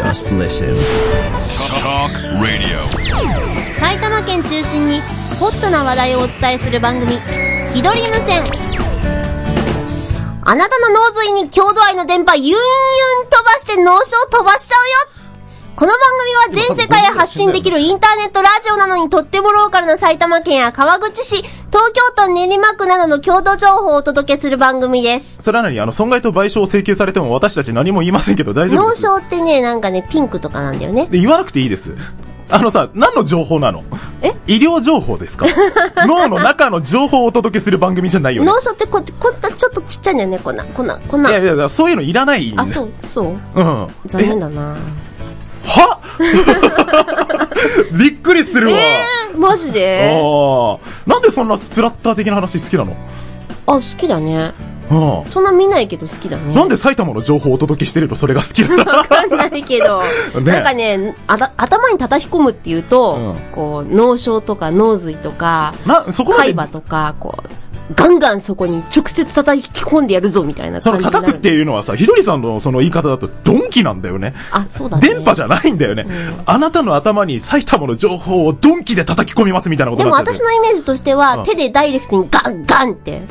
Listen. Talk, talk radio. 埼玉県中心にホットな話題をお伝えする番組「ひどり無線」あなたの脳髄に郷土愛の電波ユンユン飛ばして脳症飛ばしちゃうよこの番組は全世界へ発信できるインターネットラジオなのにとってもローカルな埼玉県や川口市、東京都練馬区などの郷土情報をお届けする番組です。それなのに、あの、損害と賠償を請求されても私たち何も言いませんけど大丈夫脳です。症ってね、なんかね、ピンクとかなんだよね。で言わなくていいです。あのさ、何の情報なのえ医療情報で すか脳の中の情報をお届けする番組じゃないよね。。脳症ってこ、こんなちょっとちっちゃいんだよね、こんな、こんな、こんないやいやいや、そういうのいらないんだあ、そう、そううん。残念だなえはびっくりするわ。えー、マジであーなんでそんなスプラッター的な話好きなあ、好きだね。のそんな見ないけど好きだうね。ん。なんで埼玉の情報をお届けしてるのそれが好きなの わかんないけど、 ねなんかねあら頭に叩き込むっていうと、うこう、脳症とか脳髄とか、な、そこま海で、馬とか、こう、ガンガンそこに直接叩き込んでやるぞみたいなそ感のじになる。叩くっていうのはさ、ひどりさんのその言い方だとドンキなんだよね。あ、そうだね。電波じゃないんだよね。あなたの頭に埼玉の情報をドンキで叩き込みますみたいなこでとにもなっちゃう私のイメージとしては、うん手でダイレクトにガンガン って。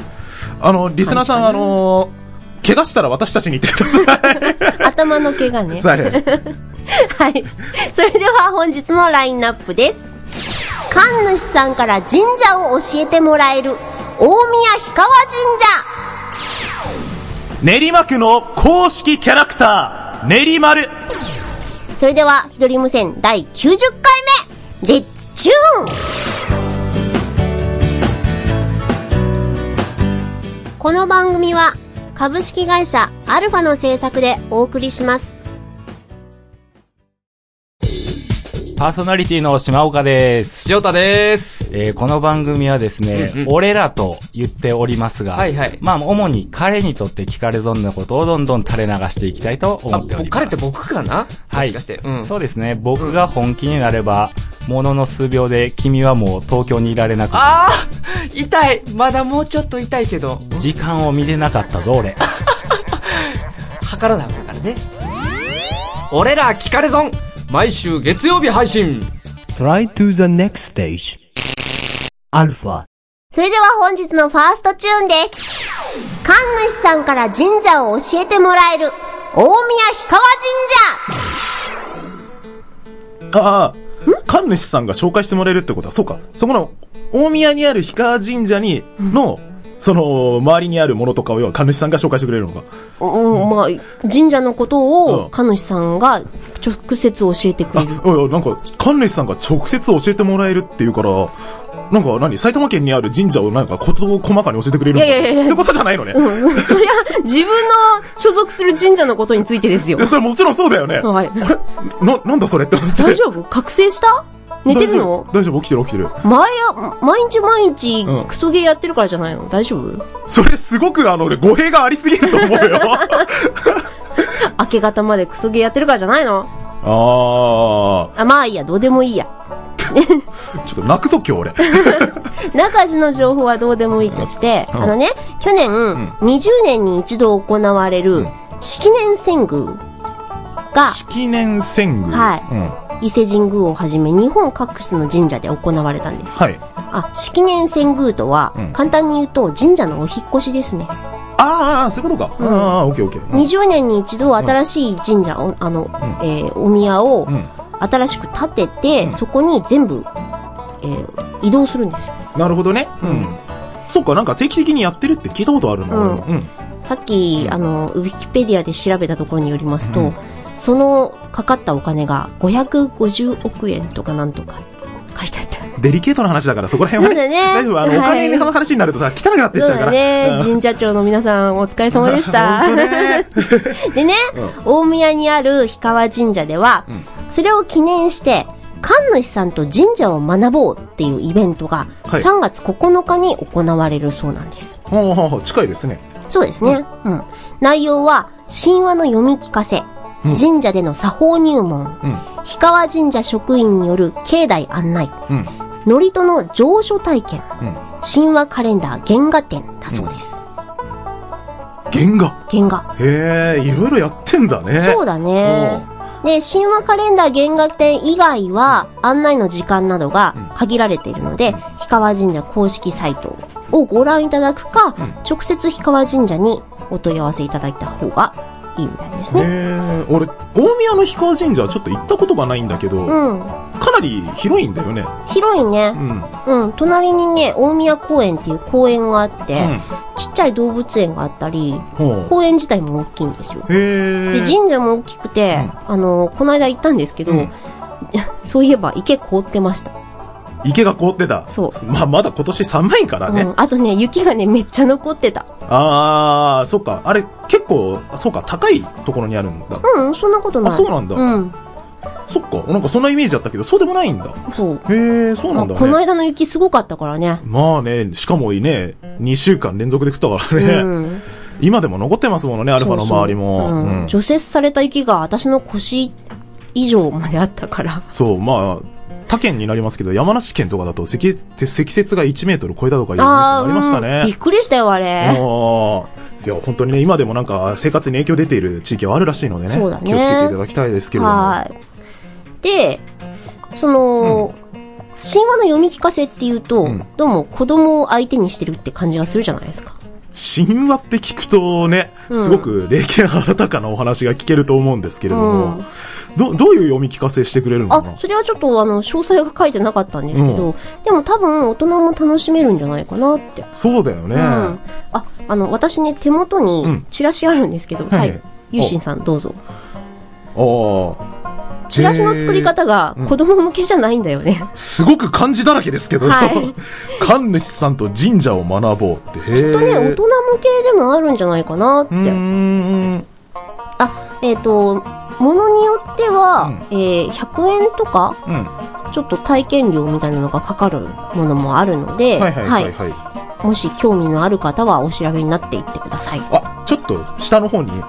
あの、リスナーさん、あのー怪我したら私たちに言ってください。頭の毛がね。 さあはい。それでは本日のラインナップです。神主さんから神社を教えてもらえる、大宮氷川練馬区の公式キャラクター、練馬る。神社それでは、ひとり無線第90回目、レッツチューンこの番組は、株式会社アルファの制作でお送りします。パーソナリティの島岡です。塩田です。えーこの番組はですね、うんうん俺らと言っておりますが、はいはいまあ、主に彼にとって聞かれ損なことをどんどん垂れ流していきたいと思あ、っております。彼って僕かなはもいしかして。うん。そうですね、僕が本気になれば、ものの数秒で君はもう東京にいられなくなるああ痛いまだもうちょっと痛いけど、時間を見れなかったぞ、俺。測らなあかんからね。俺ら聞かれ損毎週月曜日配信 Try to the next stage. Alpha. それでは本日のファーストチューンです。神主さんから神社を教えてもらえる、大宮氷川神ああ、神主さんが紹介してもらえるってことは、そうか。そこの、大宮にある氷川神社に、の、その、周りにあるものとかを、要は神主さんが紹介してくれるのか。社うん、まあ、神社のことうんを、神主さんが直接教えてくあ、れいる。や、なんか、神主さんが直接教えてもらえるっていうから、なんか何埼玉県にある神社をなんかことを細かに教えてくれるのかいやいやいやそういうことじゃないのね。うんそりゃ、自分の所属する神社のことについてですよいや、。それもちろんそうだよね。はいあれな、なんだそれって思って。大丈夫覚醒した寝てるの大丈夫大丈夫起きてる起きてる。前や、毎日毎日うん、クソゲーやってるからじゃないの大丈夫それすごくあの、俺語弊がありすぎると思う よ。明け方までクソゲーやってるからじゃないのああ、まあいいや、どうでもいいや。ー。ちょっと泣くぞ今日俺。中地の情報はどうでもいいとして、うんあのね、去年、20年に一度行われる、式年遷宮が、式年遷宮。はいうん。伊勢神宮をはじめ日本各地の神社で行われたんです。はい。あ、式年遷宮とは、うん簡単に言うと神社のお引っ越しですね。あーあー、そういうことか。ああ、オッケーオッケー。うん20年に一度新しい神社を、あの、えーお宮をうん新しく建てて、そこに全部、えー移動するんですよ。なるほどね。うん。そっか、なんか定期的にやってるって聞いたことあるな、俺もうん。さっき、あの、ウィキペディアで調べたところによりますと、そのかかったお金が550億円とかなんとか書いてあった。デリケートな話だから、そこら辺はそうだね大丈夫。あの、おはい金の話になるとさ、汚くなってっそうちゃうかだら。ね。うん神社長の皆さんお疲れ様でした。本当ね。 でね、大宮にある氷川神社では、それを記念して、神主さんと神社を学ぼうっていうイベントが、はい3月9日に行われるそうなんです。 ほうほうほう、近いですね。そうですね。うん。内容は、神話の読み聞かせ、神社での作法入門、うん。氷川神社職員による境内案内、うん。祝詞の上書体験、うん神話カレンダー原画展だそうです。原画。原画。へえ、いろいろやってんだね。そうだね。で、神話カレンダー原画展以外は、案内の時間などが限られているので、氷川神社公式サイトをご覧いただくか、直接氷川神社にお問い合わせいただいた方がいいみたいですえね。ー、俺、大宮の氷川神社はちょっと行ったことがないんだけど、うん。かなり広いんだよね。広いねう。ん。うん。隣にね、大宮公園っていう公園があって、うんちっちゃい動物園があったり、ほう。公園自体も大きいんですよ。へえで、神社も大きくて、あの、この間行ったんですけど、うん そういえば池凍ってました。池が凍ってた。そうまあ、まだ今年寒いからね。うん。あとね、雪がね、めっちゃ残ってた。あー、そっか。あれ、結構、そうか、高いところにあるんだ。うん、そんなことない。あそうなんだうん。そっか。なんかそんなイメージだったけど、そうでもないんだ。そう。へー、そうなんだあこのね。間の雪すごかったからね。まあね、しかもね、2週間連続で降ったからね。うん。今でも残ってますものね、アルファの周りも。そううそううんん除雪された雪が私の腰以上まであったから。そう、まあ、他県になりますけど、山梨県とかだと積雪積雪が1メートル超えたとかいうニュースもありましたうんびねっ。くりしたよ、あれ。あーいや、本当にね、今でもなんか生活に影響出ている地域はあるらしいのでね。そうだね気をつけていただきたいですけれども。はい。で、その、神話の読み聞かせっていうと、んどうも子供を相手にしてるって感じがするじゃないですか。神話って聞くとね、すごく霊験新たかなお話が聞けると思うんですけれども、うんど、どういう読み聞かせしてくれるのかなあ、それはちょっとあの、詳細が書いてなかったんですけど、でも多分大人も楽しめるんじゃないかなって。そうだよね。うん。あ、あの、私ね、手元にチラシあるんですけど、はいはい。ゆうしんさんどうぞ。ああ。チラシの作り方が子供向けじゃないんだよね。すごく漢字だらけですけど、はい 神主さんと神社を学ぼうって。へきっとね、大人向けでもあるんじゃないかなって。うーんあ、えっ、と、ものによっては、えー100円とか、うんちょっと体験料みたいなのがかかるものもあるので、はいはいはいはい。もし興味のある方はお調べになっていってください。あ、ちょっと下の方に、氷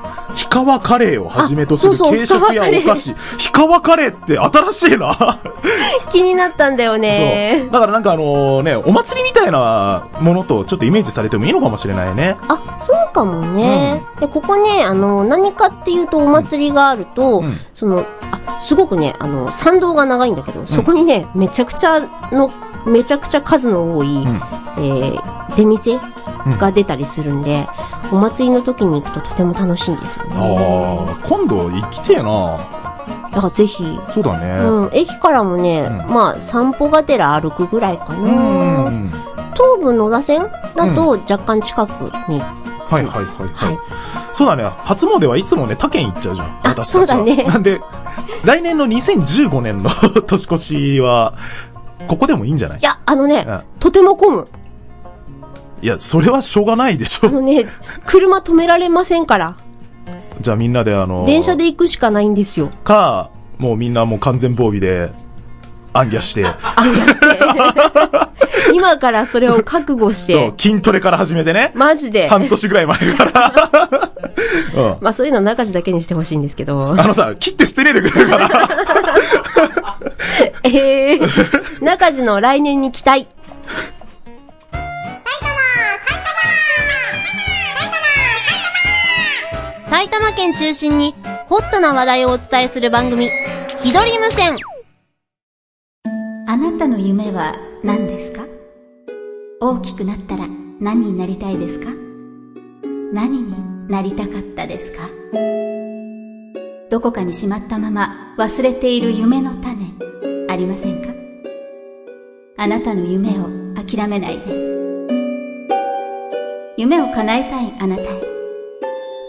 川カレーをはじめとするあそうそう軽食やお菓子。氷川カレーって新しいな。 気になったんだよそう。ね。だからなんかあのね、お祭りみたいなものとちょっとイメージされてもいいのかもしれないね。あ、そうかもね、で、ここね、あの、何かっていうとお祭りがあると、うんその、あ、すごくね、あの、参道が長いんだけど、そこにね、めちゃくちゃの、めちゃくちゃ数の多い、んえー出店が出たりするんで、お祭りの時に行くととても楽しいんですよね。ああ、今度行きてえな。だからぜひ、そうだね。うん、駅からもね、まあ、散歩がてら歩くぐらいかうな。ん。東武野田線だと若干近くに着きます。はいはいはいはいそうだね。初詣はいつもね、他県行っちゃうじゃん。私たちはそうだねなんで、来年の2015年の年越しは、ここでもいいんじゃないいや、あのね、うんとても混む。いや、それはしょうがないでしあょ。のね、車止められませんから。じゃあみんなであの、電車で行くしかないんですよ。か、もうみんなもう完全防備で、暗夜して、あ、いらして。今からそれを覚悟しそうて、、筋トレから始めてね。マジで。半年ぐらい前 から。うん。まあそういうのは中地だけにしてほしいんですけど。あのさ、切って捨てねえでくれるから。ええー。中地の来年に期待。埼玉県中心にホットな話題をお伝えする番組、ひどり無線。あなたの夢は何ですか大きくなったら何になりたいですか何になりたかったですかどこかにしまったまま忘れている夢の種ありませんかあなたの夢を諦めないで夢を叶えたいあなたへ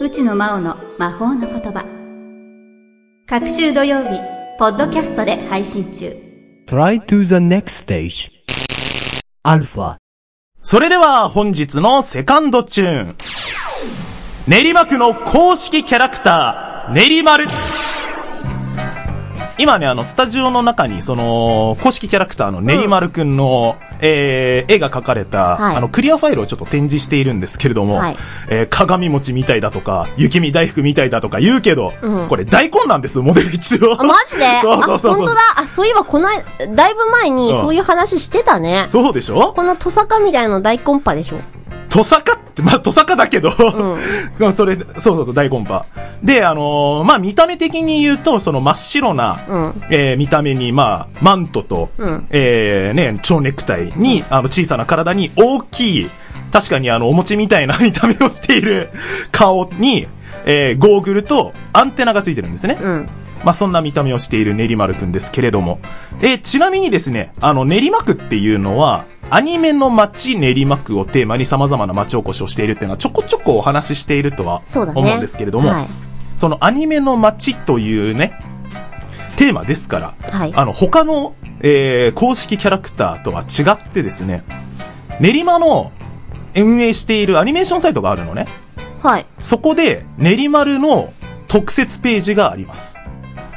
内野真央の魔法の言葉各週土曜日ポッドキャストで配信中 Try to the next stage. Alpha. それでは本日のセカンドチューン。練馬区の公式キャラクター、練馬る。今ね、あの、スタジオの中に、その、公式キャラクターの練馬るくんの、えー、絵が描かれた、はいあの、クリアファイルをちょっと展示しているんですけれども、はいえー、鏡餅みたいだとか、雪見大福みたいだとか言うけど、うんこれ大根なんですよ、モデル一応。あ、マジで そうそうそうあ、そ本う当だ。あ、そういえばこの間、だいぶ前にうんそういう話してたね。そうでしょこのトサカみたいなの大根パでしょ。トサカっまあ、トサカだけど、まあ それ、そうそうそう、大根パ。で、あのーまあ、見た目的に言うと、その真っ白な、うんえー見た目に、まあ、マントと、うんえーね、蝶ネクタイに、あの、小さな体に大きい、確かにあの、お餅みたいな 見た目をしている顔に、えーゴーグルとアンテナがついてるんですね。うん。まあ、そんな見た目をしている練馬くんですけれども。えーちなみにですね、あの、練馬区っていうのは、アニメの街練馬区をテーマに様々な街おこしをしているっていうのはちょこちょこお話ししているとはそうだね。思うんですけれども、はい。そのアニメの街というね、テーマですから、はいあの、他の、えー公式キャラクターとは違ってですね、練馬の運営しているアニメーションサイトがあるのね。はい。そこで、練馬るの特設ページがあります。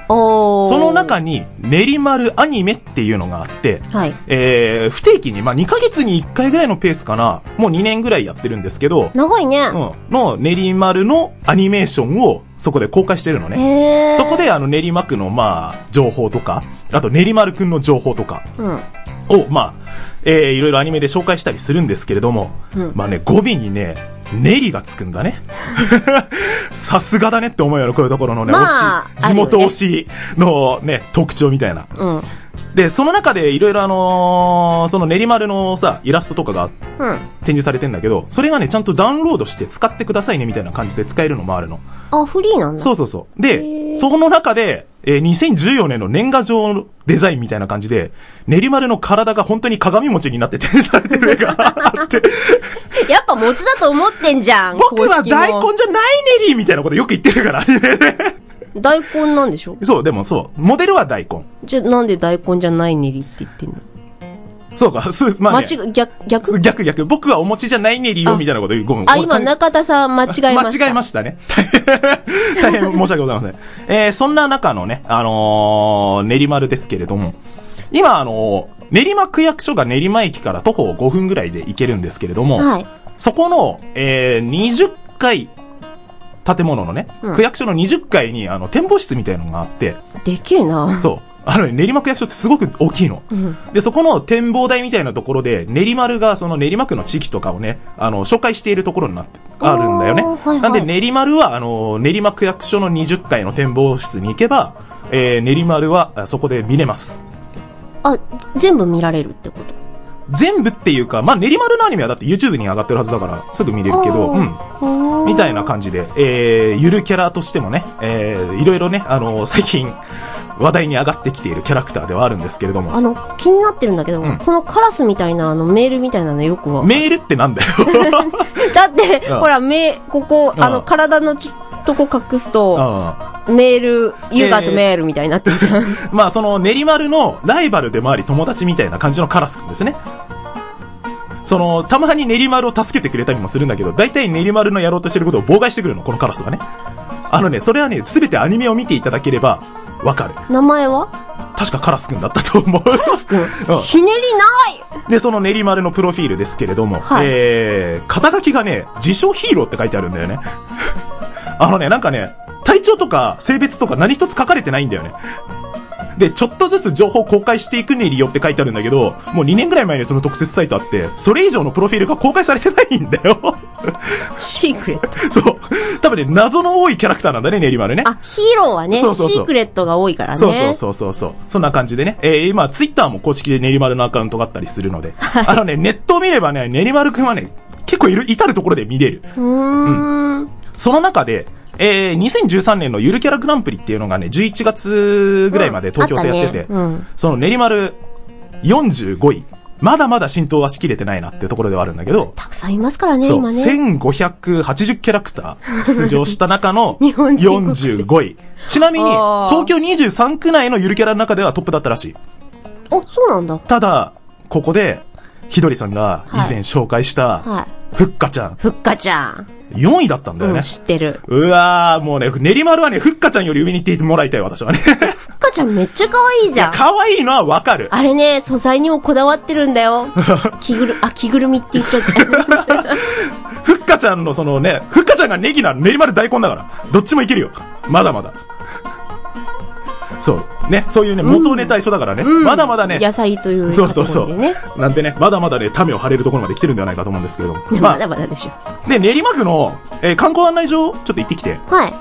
おー。その中に、練馬るアニメっていうのがあって、はい。えー、不定期に、まあ、2ヶ月に1回ぐらいのペースかな、もう2年ぐらいやってるんですけど、長いね。うん、の練馬るのアニメーションをそこで公開してるのへね。ー。そこであの練馬区のまあ情報とか、あと練馬くんの情報とかうん。をまあ、えー、いろいろアニメで紹介したりするんですけれども、うんまあね、語尾にね、ネリがつくん だね。さすがだねって思うようなこういうところのね、まあ推し、地元あるよ推ねしのね、特徴みたいな。うん。で、その中でいろいろあのーその練馬のさ、イラストとかがうん。展示されてんだけど、それがね、ちゃんとダウンロードして使ってくださいねみたいな感じで使えるのもあるの。あ、フリーなんだ。そうそうそう。で、そこの中で、えー2014年の年賀状のデザインみたいな感じで、練馬での体が本当に鏡餅になって展示されてる絵が あって、やっぱ餅だと思ってんじゃん。僕は公式も大根じゃないネリーみたいなことよく言ってる から、アニメで。大根なんでしょそう、でもそう。モデルは大根。じゃ、なんで大根じゃないねりって言ってんのそうか、す、まあ、間ね、違、逆、逆逆逆。僕はお餅じゃないネリーよ、あみたいなこと言う。ごめん。あ、これ今、中田さん間違えました。間違えましたね。 大変申し訳ございません。えー、そんな中のね、あのー、練馬るですけれども、今あのー練馬区役所が練馬駅から徒歩5分ぐらいで行けるんですけれども、はい。そこの、えー、20階、建物のね、うん区役所の20階に、あの、展望室みたいのがあって、でけえな。そう。あのね、練馬区役所ってすごく大きいの。うん。で、そこの展望台みたいなところで、練馬るがその練馬区の地域とかをね、あの、紹介しているところになって、あるんだよね。おーはいはいなんで練馬るは、あの、練馬区役所の20階の展望室に行けば、えー、練馬るはあそこで見れます。あ、全部見られるってこと全部っていうか、まあ、練馬るのアニメはだって YouTube に上がってるはずだから、すぐ見れるけおど、うん。みたいな感じで、えー、ゆるキャラとしてもね、えー、いろいろね、あの最近、話題に上がってきているキャラクターではあるんですけれども。あの、気になってるんだけど、うんこのカラスみたいな、あの、メールみたいなのよくは。メールってなんだよ。だって、うんほら、目、ここ、うんあの、体のちとこ隠すと、 うんメール、ユーガーとメールみたいになってるじゃん。まあその練馬るのライバルでもあり友達みたいな感じのカラスくんですね。その、たまに練馬るを助けてくれたりもするんだけど、大体練馬るのやろうとしてることを妨害してくるの、このカラスがね。あのね、それはね、すべてアニメを見ていただければ、わかる。名前は確かカラスくんだったと思う。うんひねりないで、その練馬るのプロフィールですけれども、はいえー、肩書きがね、自称ヒーローって書いてあるんだよね。 あのね、なんかね、体調とか性別とか何一つ書かれてないんだよね。で、ちょっとずつ情報公開していくねりよって書いてあるんだけど、もう2年ぐらい前にその特設サイトあって、それ以上のプロフィールが公開されてないんだよ。 シークレット。そう。多分ね、謎の多いキャラクターなんだね、練馬るね。あ、ヒーローはねそうそうそうシークレットが多いからね。そうそうそうそうそう。そんな感じでね。えー、今、ツイッターも公式で練馬るのアカウントがあったりするので。あのね、ネットを見ればね、練馬るくんはね、結構いる、至るところで見れる。うーん。その中で、えー、2013年のゆるキャラグランプリっていうのがね、11月ぐらいまで東京戦やってて、うんあったねうんその練馬る45位。まだまだ浸透はしきれてないなっていうところではあるんだけど、たくさんいますからね、そう、今ね。 1580キャラクター出場した中 の日本全国で45位。ちなみに、あー東京23区内のゆるキャラの中ではトップだったらしい。あ、そうなんだ。ただ、ここで、ひどりさんが以は前紹介した、はい。ふっかちゃん、ふっかちゃん。 4位だったんだようねん、。知ってる。うわー、もうね、練馬るはね、ふっかちゃんより上に行っていてもらいたい、私はね。ふっかちゃんめっちゃ可愛いじゃん。可愛いのはわかる。あれね、素材にもこだわってるんだ よ。着ぐる、あ、着ぐるみって言っちゃった。ふっかちゃんのそのね、ふっかちゃんがネギなの、練馬る大根だから。どっちもいけるよ。まだまだ。そう。ね、そういうね、元ネタ一緒だからね、 まだまだね、野菜というそうそうそうカテゴリーでね。なんでね、まだまだね、ためを張れるところまで来てるんではないかと思うんですけれども。まだまだでしょ。で、練馬区の、えー観光案内所、ちょっと行ってきて、はい。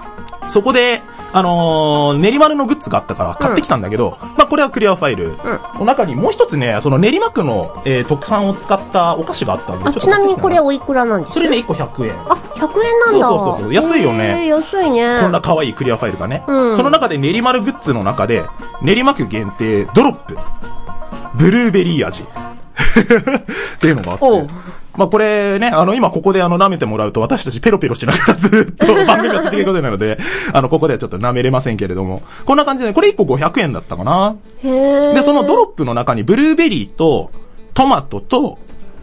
そこで、あのー練馬のグッズがあったから買ってきたんだけど、まあこれはクリアファイル。の中にもう一つね、その練馬区の、えー特産を使ったお菓子があったんで、あ、ょっとちなみにこれ買ってきおいくらなんですたのかそれね、1個100円。あ、100円なんだ。そうそうそうそう安いよねへー安いね。こんな可愛いクリアファイルがね。うんその中で練馬のグッズの中で、練馬区限定ドロップ、ブルーベリー味。 っていうのがあっおうて。まあこれね、あの今ここであの舐めてもらうと私たちペロペロしながらず っと番組が続けることになるので、あのここではちょっと舐めれませんけれども。こんな感じで、これ1個500円だったかな。へーで、そのドロップの中にブルーベリーとトマトと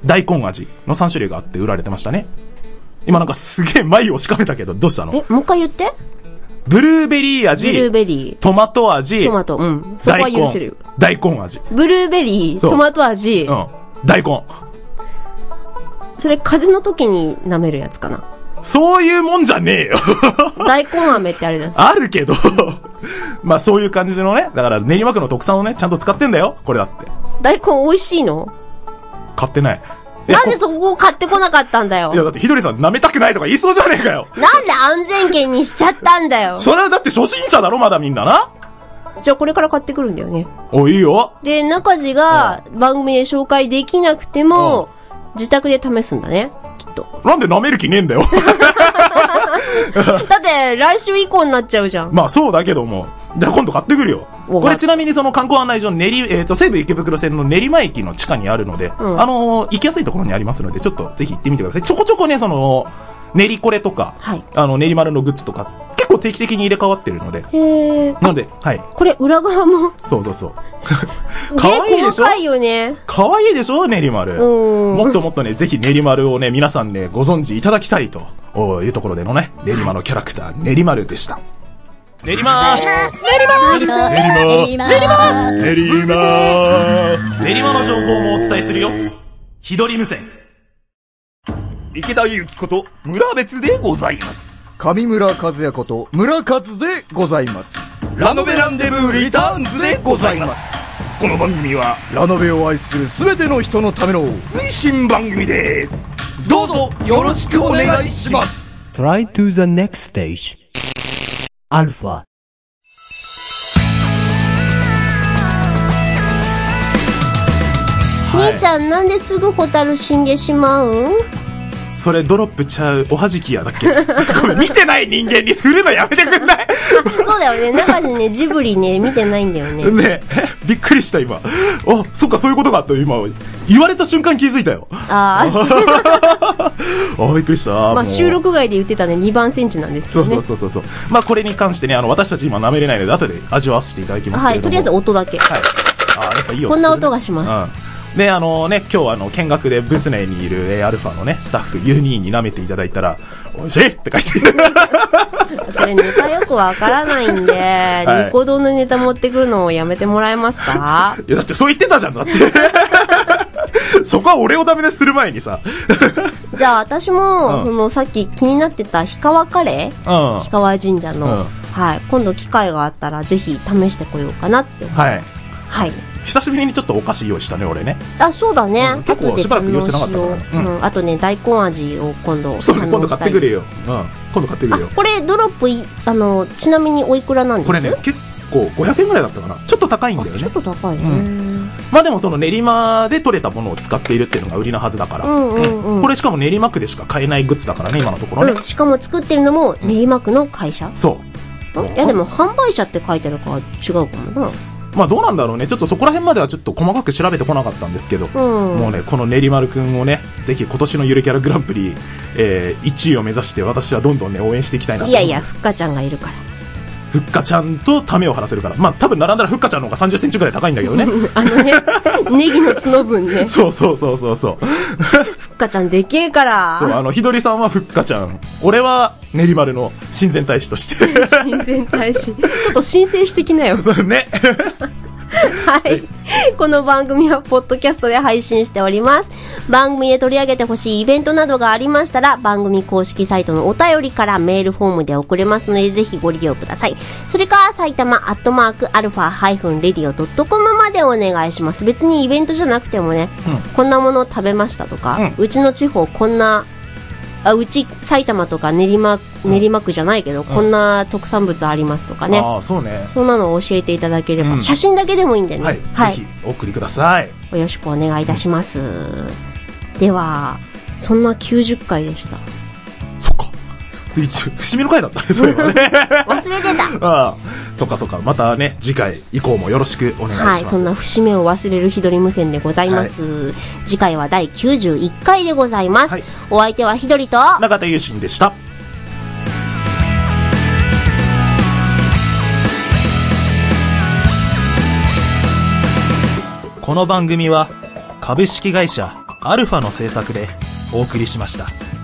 大根味の3種類があって売られてましたね。今なんかすげえ眉をしかめたけど、どうしたのえ、もう一回言って。ブルーベリーブルー味、ベリトマト味、ー、トマト。うん。そこは大許せる根よ。、大根味。ブルーベリー、そうトマト味。うん。大根。それ風邪の時に舐めるやつかな。そういうもんじゃねえよ。 大根飴ってあれだよ。あるけど。 まあそういう感じのね。だから練馬区の特産をね、ちゃんと使ってんだよ。これだって。大根美味しいの買ってない。えなんでこそこを買ってこなかったんだよい。やだってひどりさん舐めたくないとか言いそうじゃねえかよ。なんで安全圏にしちゃったんだよ。それはだって初心者だろ、まだみんなな。じゃあこれから買ってくるんだよね。お、いいよ。で、中地が番組で紹介できなくても、自宅で試すんだね。きっと。なんで舐める気ねえんだよ。だって、来週以降になっちゃうじゃん。まあそうだけども。じゃあ今度買ってくるよ。おこれちなみにその観光案内所、練り、えっ、と、西武池袋線の練馬駅の地下にあるので、んあのー行きやすいところにありますので、ちょっとぜひ行ってみてください。ちょこちょこね、その、練りこれとか、はいあの、練り丸のグッズとか、結構定期的に入れ替わってるので。へえ。なので、はい。これ裏側も、そうそ うそう。ゲかわいいでし細ょかいよね。可愛いでしょ練り丸。うんもっともっとね、ぜひ練り丸をね、皆さんね、ご存知いただきたいとおいうところでのね、練馬のキャラクター、練り丸でした。練りまーす練りまー練りまの情報もお伝えするよ。ひどり無線。池田ゆきこと村別でございます。上村和也こと村和でございます。ラノベランデブーリターンズでございます。この番組はラノベを愛するすべての人のための推進番組です。どうぞよろしくお願いします。 Try to the next stage. Alpha. 兄ちゃん、なんですぐホタル死んでしまうんそれドロップちゃう、おはじきやだっけ ごめん見てない人間に振るのやめてくんない そうだよね。中地ね、ジブリね、見てないんだよね。ねえ、びっくりした今。あ、そっかそういうことがあったよ今。言われた瞬間気づいたよ。ああ、あ、びっくりした。ままあ収録外で言ってたね、2番センチなんですそようね。そうそうそうそう。まあこれに関してね、あの、私たち今舐めれないので、後で味わわせていただきますはけれい、とども。りあえずはい。音だけ。あ、やっぱいいよ。。こんな音がしますうん。で、あのね、今日あの、見学でブスネイにいるえーアルファのね、スタッフ U2 に舐めていただいたら、美味しいって書いてる。それネタよくわからないん で、いニコ動のネタ持ってくるのをやめてもらえます かいや、だってそう言ってたじゃん、だって。 そこは俺をダメ出しする前にさ。じゃあ私も、うんそのさっき気になってた氷川カレーうん。は氷川神社の、うんはい、今度機会があったらぜひ試してこようかなって。い。はい。久しぶりにちょっとお菓子用意したね、俺ね。あ、そうだね。うん結構後でしばらく用意してなかったから堪能しよううんあとね、大根味を今度。そうね、今度買ってくれよ。よ。うん。今度買ってくあれよ、。これドロップい、あの、ちなみにおいくらなんですこれね、結構500円ぐらいだったかな。ちょっと高いんだよちょねっ。と高いね。うまあでもその練馬で取れたものを使っているっていうのが売りなはずだから。うんうんうんこれしかも練馬区でしか買えないグッズだからね、今のところね。うん、しかも作ってるのも練馬区の会社、そう。んいやでも販売者って書いてあるから違うかもなまあどうなんだろうね。ちょっとそこら辺まではちょっと細かく調べてこなかったんですけど。うんもうね、この練馬くんをね、ぜひ今年のゆるキャラグランプリ、えー、1位を目指して私はどんどんね、応援していきたいなといやいや、。ふっかちゃんがいるから。ふっかちゃんとためを張らせるから。まあ多分並んだらふっかちゃんの方が30センチぐらい高いんだけどね。あの ね、ネギの角分 ね、そうそうそうそうそう。ふっかちゃんでけえかそう、ら。あの、ひどりさんはふっかちゃん。俺は練馬の親 善大使として。親善大使。ちょっと神聖してきなよ。そうね。はい。この番組はポッドキャストで配信しております。番組で取り上げてほしいイベントなどがありましたら、番組公式サイトのお便りからメールフォームで送れますので、ぜひご利用ください。それか、埼玉アットマークアルファハイフンレディオドットコムまでお願いします。別にイベントじゃなくてもね、こんなものを食べましたとか、うちの地方こんなあうち埼玉とか練馬練馬区じゃないけど、こんな特産物ありますとかね、ああ、そうね。そんなのを教えていただければ、うん写真だけでもいいんでね、はい。ぜひ、お送りください。よろしくお願いいたしますではそんな90回でしたそっか。水中、節目の回だったね、それ はね。忘れてたああ、 そっかそっか。またね、次回以降もよろしくお願いしまはいす。そんな節目を忘れる日取り無線でございます、次回は第91回でございます、はいお相手はひどりと中田優心でした。この番組は株式会社アルファの制作でお送りしました。